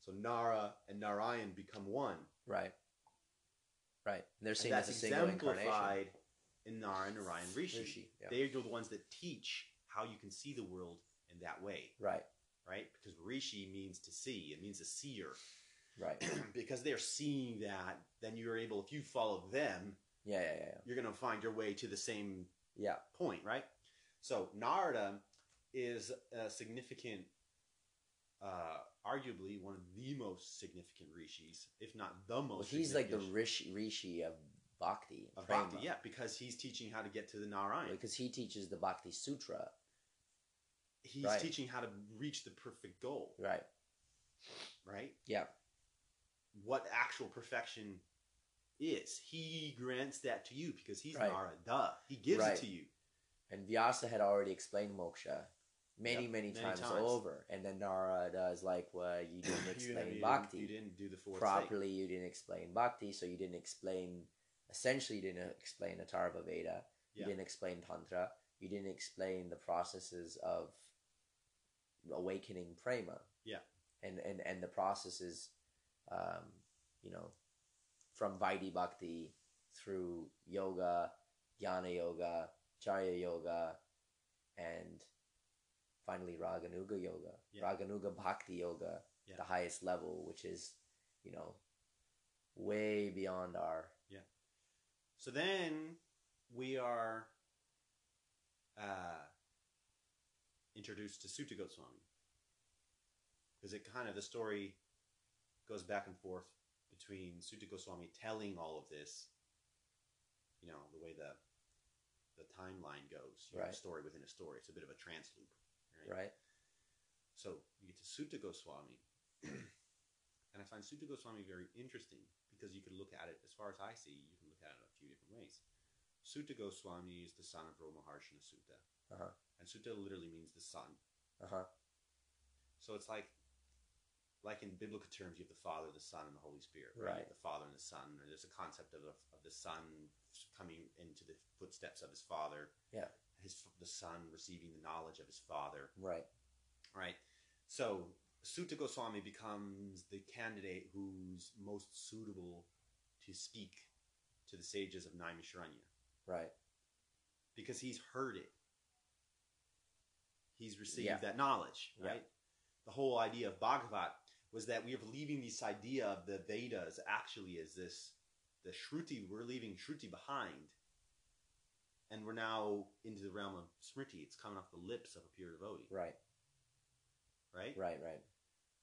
S2: So Nara and Narayan become one.
S1: Right. Right. And they're
S2: And
S1: seen
S2: that's
S1: as a single incarnation.
S2: exemplified in Nara and Narayan Rishi.
S1: Rishi, yeah.
S2: They're the ones that teach how you can see the world in that way,
S1: Right.
S2: right? Because Rishi means to see, it means a seer.
S1: Right.
S2: because they're seeing that, then you're able, if you follow them,
S1: Yeah. Yeah. Yeah.
S2: you're going to find your way to the same
S1: Yeah.
S2: point, right? So Narada is a significant, uh, arguably one of the most significant rishis, if not the most.
S1: Well, he's like the
S2: significant
S1: rishi, rishi of bhakti.
S2: of
S1: prema.
S2: bhakti, yeah, because he's teaching how to get to the Narayan.
S1: Because he teaches the Bhakti Sutra,
S2: he's
S1: Right.
S2: teaching how to reach the perfect goal,
S1: right?
S2: right?
S1: Yeah.
S2: What actual perfection is. He grants that to you because he's
S1: Right.
S2: Nara. Duh. He gives
S1: Right.
S2: it to you.
S1: And Vyasa had already explained moksha many,
S2: Yep,
S1: many,
S2: many
S1: times,
S2: times.
S1: over. And then Narada is like, "Well, you didn't
S2: you,
S1: explain
S2: you
S1: bhakti
S2: Didn't, you didn't do the fourth thing.
S1: properly. You didn't explain bhakti, so you didn't explain. Essentially, you didn't explain Atharva Veda.
S2: Yeah.
S1: You didn't explain Tantra. You didn't explain the processes of awakening prema.
S2: Yeah.
S1: And and and the processes, um, you know, from Vaidhi Bhakti through yoga, Jnana Yoga, Charya Yoga, and finally Raganuga Yoga,
S2: Yeah.
S1: Raganuga Bhakti Yoga,
S2: Yeah.
S1: the highest level, which is, you know, way beyond our
S2: So then we are uh, introduced to Sutta Goswami. Because it kind of, the story goes back and forth between Sutta Goswami telling all of this, you know, the way the the timeline goes, you have
S1: Right.
S2: a story within a story. It's a bit of a trance loop.
S1: right.
S2: So you get to Sutta Goswami. and I find Sutta Goswami very interesting because you could look at it, as far as I see, you can look at it a few different ways. Sutta Goswami is the son of Romaharshana Sutta.
S1: Uh-huh.
S2: And Sutta literally means the son.
S1: Uh huh.
S2: So it's like, like in biblical terms, you have the Father, the Son, and the Holy Spirit. Right. You
S1: Right.
S2: have the Father and the Son. Or there's a concept of, of the Son coming into the footsteps of his Father.
S1: Yeah.
S2: His the Son receiving the knowledge of his Father.
S1: Right.
S2: Right. So Sutta Goswami becomes the candidate who's most suitable to speak to the sages of Naimisharanya
S1: Right.
S2: because he's heard it. He's received
S1: Yeah.
S2: that knowledge,
S1: Yeah.
S2: right? The whole idea of Bhagavat was that we are believing this idea of the Vedas actually is this the Shruti, we're leaving Shruti behind. And we're now into the realm of Smriti. It's coming off the lips of a pure devotee,
S1: Right.
S2: right?
S1: Right. Right.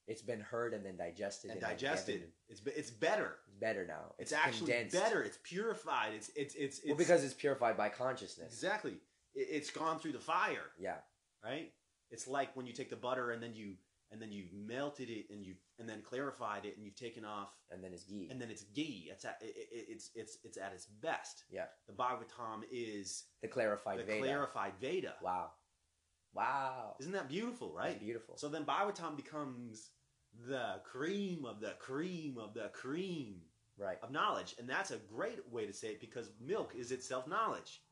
S1: It's been heard and then digested
S2: And
S1: like,
S2: digested.
S1: given-
S2: It's be- it's better.
S1: better now.
S2: It's, actually
S1: condensed.
S2: better. It's purified. It's it's it's, it's
S1: well, because it's purified by consciousness.
S2: exactly it, it's gone through the fire.
S1: Yeah.
S2: right? It's like when you take the butter and then you and then you've melted it and you have and then clarified it and you've taken off
S1: And then it's ghee.
S2: and then it's ghee. It's at, it, it, it's it's it's at its best.
S1: Yeah.
S2: The Bhagavatam is
S1: the clarified
S2: the
S1: Veda.
S2: clarified Veda.
S1: wow. Wow.
S2: Isn't that beautiful,
S1: That's
S2: right?
S1: beautiful.
S2: So then Bhagavatam becomes the cream of the cream of the cream
S1: right.
S2: of knowledge, and that's a great way to say it because milk is itself knowledge,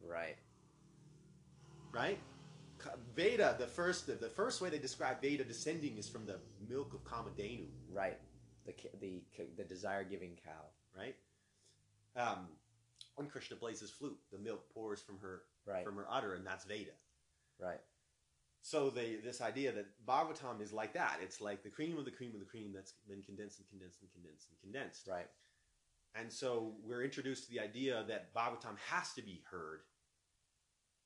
S1: Right.
S2: right? Ka- Veda, the first the, the first way they describe Veda descending is from the milk of Kamadenu.
S1: Right. The ca- the ca- the desire giving cow.
S2: right? Um, when Krishna plays his flute, the milk pours from her
S1: Right.
S2: from her udder, and that's Veda.
S1: Right.
S2: So they this idea that Bhagavatam is like that. It's like the cream of the cream of the cream that's been condensed and condensed and condensed and condensed.
S1: Right.
S2: And so we're introduced to the idea that Bhagavatam has to be heard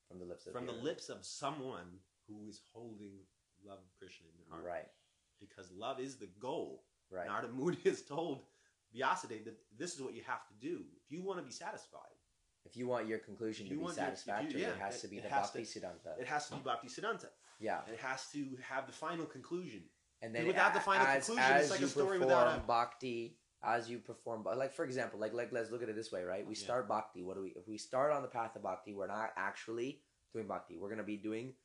S1: From the lips of
S2: from the
S1: earth.
S2: lips of someone who is holding love of Krishna in their heart.
S1: Right.
S2: Because love is the goal.
S1: Right.
S2: Narada Muni has told Vyasadeva that this is what you have to do if you want to be satisfied.
S1: if you want your conclusion
S2: If
S1: to
S2: you
S1: be
S2: want your- if you-
S1: satisfactory, it
S2: yeah,
S1: has
S2: it-
S1: to be
S2: it
S1: the
S2: has to-
S1: Bhakti Siddhanta.
S2: It has to be Bhakti Siddhanta.
S1: yeah.
S2: It has to have the final conclusion.
S1: And then
S2: Without
S1: a-
S2: the final
S1: as,
S2: conclusion, it's
S1: as
S2: like a
S1: you
S2: story
S1: perform
S2: without a-
S1: bhakti, as you perform, bha- like for example, like like let's look at it this way, right? We
S2: Yeah.
S1: start bhakti. What do we? If we start on the path of bhakti, we're not actually doing bhakti. We're gonna be doing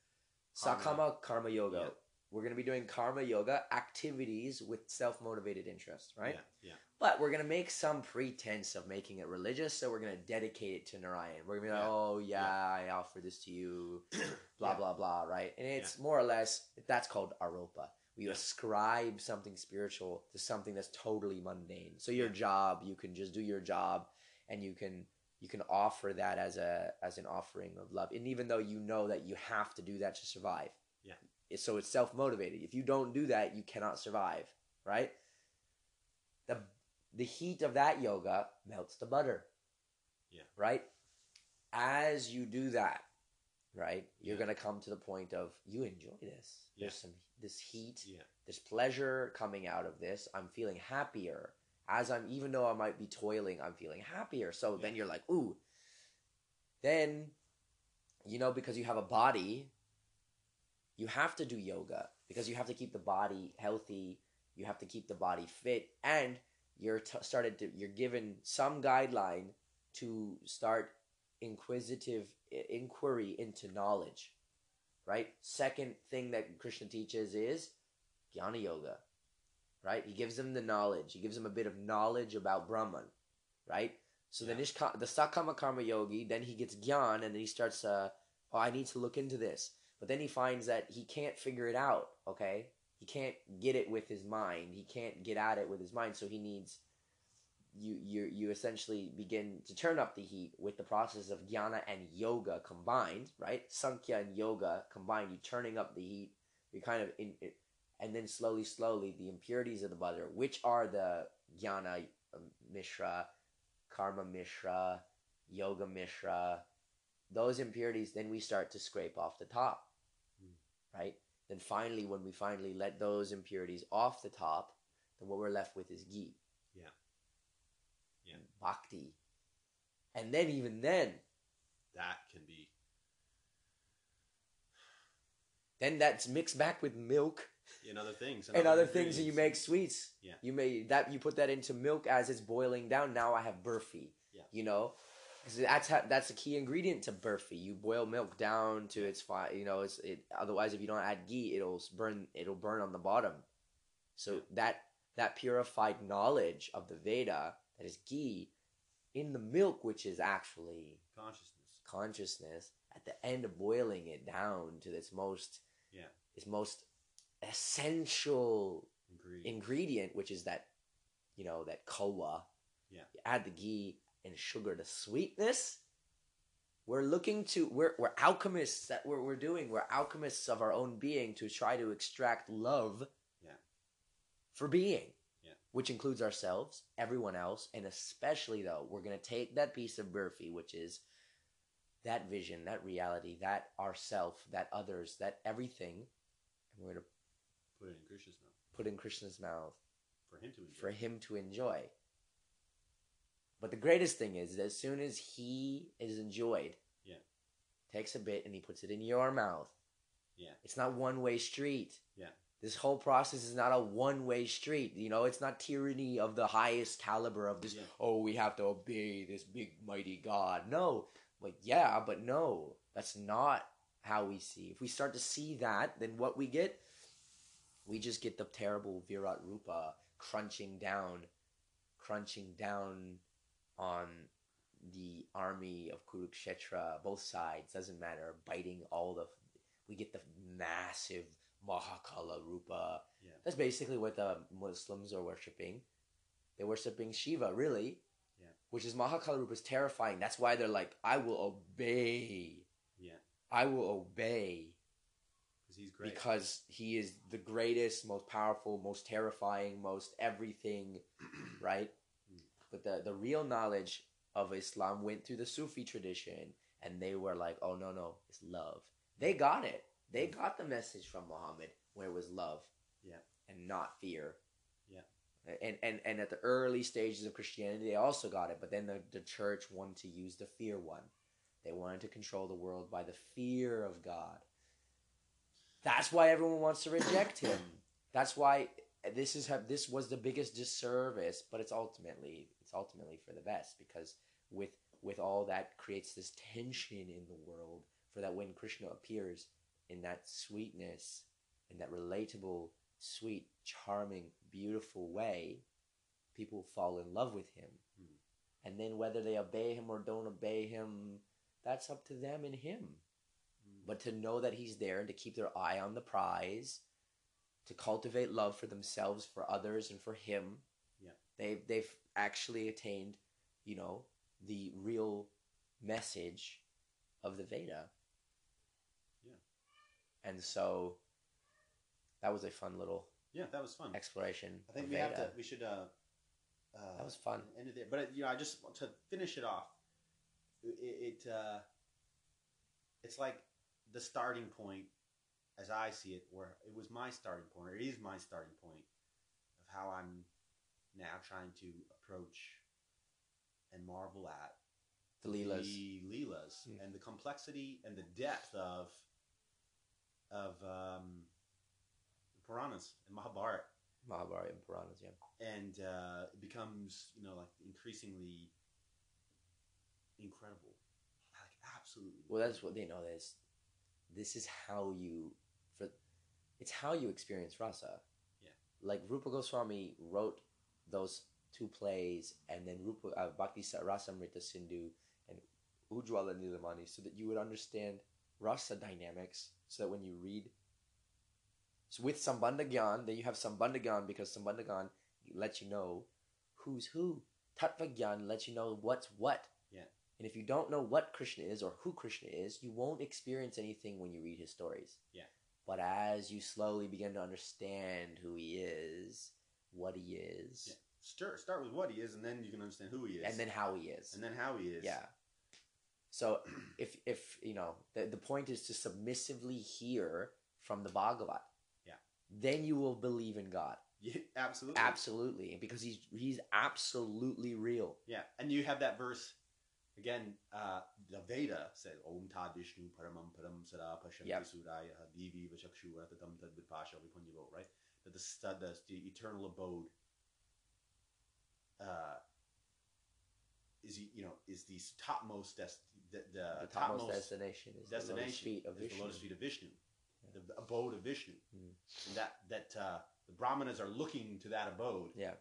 S2: Karma.
S1: sakama karma yoga.
S2: Yeah.
S1: We're gonna be doing karma yoga activities with self motivated interest, right?
S2: Yeah.
S1: But we're gonna make some pretense of making it religious, so we're gonna dedicate it to Narayan. We're gonna be like,
S2: Yeah.
S1: "Oh yeah, I offer this to you," blah
S2: Yeah.
S1: blah blah, right? And it's more or less that's called aropa. We
S2: Yeah.
S1: ascribe something spiritual to something that's totally mundane. So your job, you can just do your job, and you can you can offer that as a as an offering of love. And even though you know that you have to do that to survive,
S2: Yeah.
S1: It's- So it's self motivated. If you don't do that, you cannot survive, right? the the heat of that yoga melts the butter.
S2: Yeah.
S1: Right? As you do that, right, you're
S2: Yeah.
S1: gonna come to the point of you enjoy this.
S2: Yeah.
S1: There's some this heat,
S2: Yeah.
S1: there's pleasure coming out of this. I'm feeling happier. As I'm even though I might be toiling, I'm feeling happier. So
S2: Yeah.
S1: then you're like, ooh. Then you know, because you have a body, you have to do yoga because you have to keep the body healthy you have to keep the body fit and you're t- started to you're given some guideline to start inquisitive i- inquiry into knowledge right second thing that krishna teaches is jnana yoga right he gives them the knowledge he gives them a bit of knowledge about brahman right so
S2: Yeah.
S1: the nishka the sakama karma yogi then he gets gyan and then he starts uh oh i need to look into this but then he finds that he can't figure it out okay he can't get it with his mind he can't get at it with his mind so he needs you you you essentially begin to turn up the heat with the process of jnana and yoga combined right sankhya and yoga combined you turning up the heat you kind of in it, and then slowly slowly the impurities of the butter which are the jnana um, mishra karma mishra yoga mishra those impurities then we start to scrape off the top
S2: Hmm.
S1: right then finally when we finally let those impurities off the top then what we're left with is ghee
S2: Yeah. Yeah.
S1: bhakti and then even then
S2: That can be
S1: Then that's mixed back with milk
S2: and other things
S1: and other things, and you make sweets.
S2: Yeah.
S1: You may that you put that into milk as it's boiling down. Now I have burfi.
S2: Yeah.
S1: You know, because that's how, that's a key ingredient to burfi. You boil milk down to its fine. You know, it's it. Otherwise, if you don't add ghee, it'll s- burn. It'll burn on the bottom. So
S2: Yeah.
S1: that that purified knowledge of the Veda that is ghee in the milk, which is actually
S2: consciousness.
S1: consciousness at the end of boiling it down to its most
S2: Yeah.
S1: its most essential
S2: Agreed.
S1: ingredient which is that you know that koa
S2: Yeah.
S1: you add the ghee and sugar to sweetness we're looking to we're, we're alchemists that we're, we're doing we're alchemists of our own being to try to extract love
S2: Yeah.
S1: for being
S2: Yeah.
S1: which includes ourselves everyone else and especially though we're gonna take that piece of burfi which is that vision, that reality, that ourself, that others, that everything, and we're going to
S2: Put it in Krishna's mouth
S1: put in Krishna's mouth
S2: for him to enjoy.
S1: for him to enjoy. But the greatest thing is, that as soon as he is enjoyed,
S2: Yeah.
S1: takes a bit and he puts it in your mouth.
S2: Yeah.
S1: It's not one way street.
S2: Yeah.
S1: This whole process is not a one way street. You know, it's not tyranny of the highest caliber of this.
S2: Yeah.
S1: Oh, we have to obey this big mighty God. No, like yeah, but no, that's not how we see. If we start to see that, then what we get, we just get the terrible Virat Rupa crunching down, crunching down on the army of Kurukshetra, both sides, doesn't matter, biting all the. We get the massive Mahakala Rupa.
S2: Yeah.
S1: That's basically what the Muslims are worshipping. They're worshipping Shiva, really.
S2: Yeah.
S1: Which is Mahakala Rupa is terrifying. That's why they're like, I will obey.
S2: Yeah,
S1: I will obey
S2: because he's great.
S1: because he is the greatest, most powerful, most terrifying, most everything, right?
S2: Mm.
S1: But the the real knowledge of Islam went through the Sufi tradition, and they were like, "Oh no, no, it's love." They got it. They
S2: Mm.
S1: got the message from Muhammad, where it was love,
S2: Yeah.
S1: and not fear,
S2: Yeah.
S1: And, and and at the early stages of Christianity, they also got it, but then the, the church wanted to use the fear one. They wanted to control the world by the fear of God. That's why everyone wants to reject him. That's why this is how- this was the biggest disservice, but it's ultimately it's ultimately for the best because with with all that creates this tension in the world for that when Krishna appears in that sweetness, in that relatable, sweet, charming, beautiful way, people fall in love with him.
S2: Hmm.
S1: And then whether they obey him or don't obey him, that's up to them and him
S2: Mm.
S1: but to know that he's there and to keep their eye on the prize, to cultivate love for themselves, for others, and for him.
S2: Yeah.
S1: They've they've actually attained, you know, the real message of the Veda.
S2: Yeah.
S1: And so that was a fun little
S2: yeah, that was fun.
S1: exploration.
S2: I think
S1: of
S2: we
S1: Veda.
S2: have to. We should. Uh, uh,
S1: That was fun.
S2: End it there. But uh, you know, I just want to finish it off. It, it uh, it's like the starting point, as I see it, where it was my starting point, or it is my starting point of how I'm now trying to approach and marvel at
S1: the Leelas.
S2: the Leelas
S1: Mm.
S2: and the complexity and the depth of of um, Puranas and Mahabharata
S1: Mahabharata and Puranas, yeah.
S2: and uh, it becomes you know like increasingly incredible, like absolutely.
S1: Well, that's what they know. This, this is how you, for, it's how you experience rasa.
S2: Yeah.
S1: Like Rupa Goswami wrote those two plays, and then Rupa uh, Bhakti Sa- Rasamrita Sindhu and Ujjwala Nilamani, so that you would understand rasa dynamics, so that when you read. So with Sambandhagyan, then you have Sambandhagyan because Sambandhagyan lets you know who's who. Tattva Gyan lets you know what's what. And if you don't know what Krishna is or who Krishna is, you won't experience anything when you read his stories.
S2: Yeah.
S1: But as you slowly begin to understand who he is, what he is,
S2: Yeah. start start with what he is, and then you can understand who he is,
S1: and then how he is.
S2: and then how he is.
S1: yeah. So if if you know the the point is to submissively hear from the Bhagavad.
S2: Yeah.
S1: Then you will believe in God.
S2: yeah, absolutely,
S1: Absolutely. Because he's he's absolutely real.
S2: yeah. And you have that verse Again, uh, the Veda says Om Tad Vishnu Paramam Param Sada Pashanti
S1: Yep.
S2: Suraya Devi Vachakshu Ratatam Tad Vipasha Vipunyavo, right? That the, stu- the, the eternal abode uh, is you know is the topmost des- the, the,
S1: the topmost
S2: topmost
S1: destination is the
S2: Uh, destination
S1: lotus feet of
S2: is the
S1: Vishnu.
S2: lotus feet of Vishnu,
S1: Yeah.
S2: the abode of Vishnu,
S1: Mm.
S2: and that that uh, the brahmanas are looking to that abode,
S1: Yeah.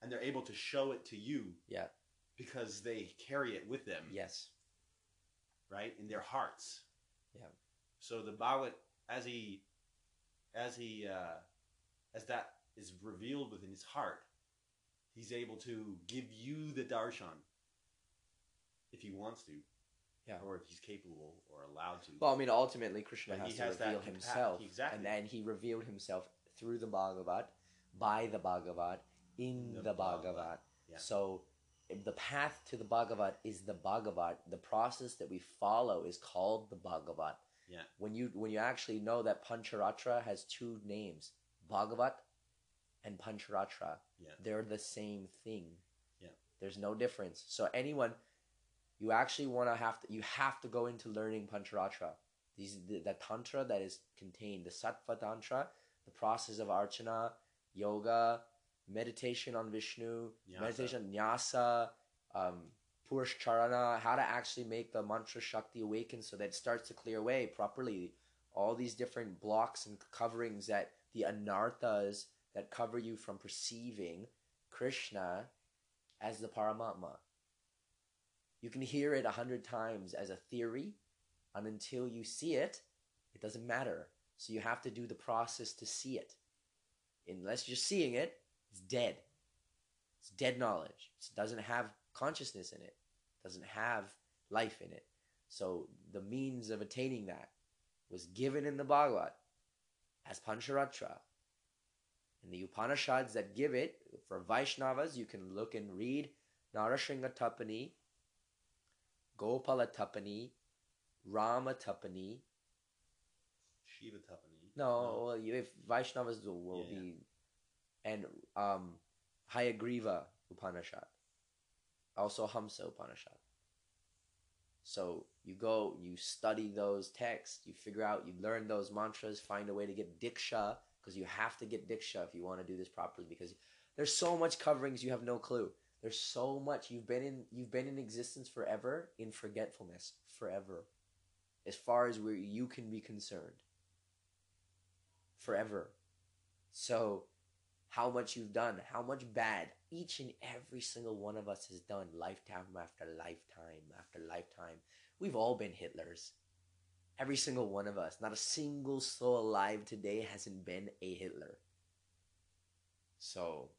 S2: and they're able to show it to you,
S1: Yeah.
S2: because they carry it with them,
S1: Yes.
S2: right in their hearts,
S1: Yeah.
S2: So the Bhagavad, as he, as he, uh, as that is revealed within his heart, he's able to give you the darshan, if he wants to,
S1: Yeah.
S2: or if he's capable or allowed to.
S1: Well, I mean, ultimately, Krishna
S2: But
S1: has
S2: he
S1: to
S2: has that
S1: reveal
S2: capa-
S1: himself,
S2: exactly.
S1: and then he revealed himself through the Bhagavad, by the Bhagavad, in
S2: The
S1: the, Bhagavad.
S2: Bhagavad, yeah.
S1: So, if the path to the Bhagavad is the Bhagavad. The process that we follow is called the Bhagavad.
S2: Yeah.
S1: When you when you actually know that Pancharatra has two names, Bhagavat and Pancharatra,
S2: Yeah.
S1: they're the same thing.
S2: Yeah.
S1: There's no difference. So anyone, you actually want to have to you have to go into learning Pancharatra. These the, the tantra that is contained, the Sattva tantra, the process of archana, yoga, meditation on Vishnu,
S2: Nyasa.
S1: meditation nyasa, um, purush charana, how to actually make the mantra shakti awaken so that it starts to clear away properly. All these different blocks and coverings that the anarthas that cover you from perceiving Krishna as the Paramatma. You can hear it a hundred times as a theory, and until you see it, it doesn't matter. So you have to do the process to see it. Unless you're seeing it, it's dead. It's dead knowledge. It doesn't have consciousness in it. Doesn't have life in it. So the means of attaining that was given in the Bhagavad as Pancharatra. And the Upanishads that give it, for Vaishnavas, you can look and read Narasingha Tapani, Gopala Tapani, Rama Tapani.
S2: Shiva Tapani.
S1: No, well, you, if Vaishnavas do- will
S2: Yeah, yeah.
S1: be, and um, Hayagriva Upanishad, also Hamsa Upanishad. So you go, you study those texts, you figure out, you learn those mantras, find a way to get diksha because you have to get diksha if you want to do this properly because there's so much coverings you have no clue. There's so much you've been in you've been in existence forever in forgetfulness forever. As far as where you can be concerned forever. So, how much you've done, how much bad each and every single one of us has done, lifetime after lifetime after lifetime. We've all been Hitlers. Every single one of us. Not a single soul alive today hasn't been a Hitler. So,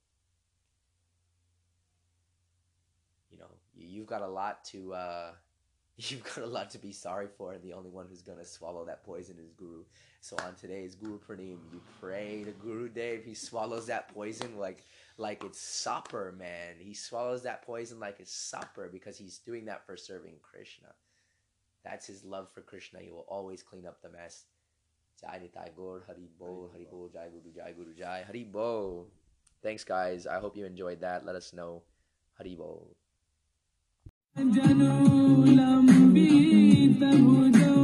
S1: you know, you- you've got a lot to. Uh, You've got a lot to be sorry for, and the only one who's gonna swallow that poison is Guru. So on today's Guru Pranim, you pray to Guru Dev. He swallows that poison like like it's supper, man. He swallows that poison like it's supper because he's doing that for serving Krishna. That's his love for Krishna. He will always clean up the mess. Jai Nitai Gaur, Hari Bol, Hari Bol, Jai Guru, Jai Guru, Jai Hari Bol. Thanks, guys. I hope you enjoyed that. Let us know. Hari Bol.
S3: जनो लम्बितभुजो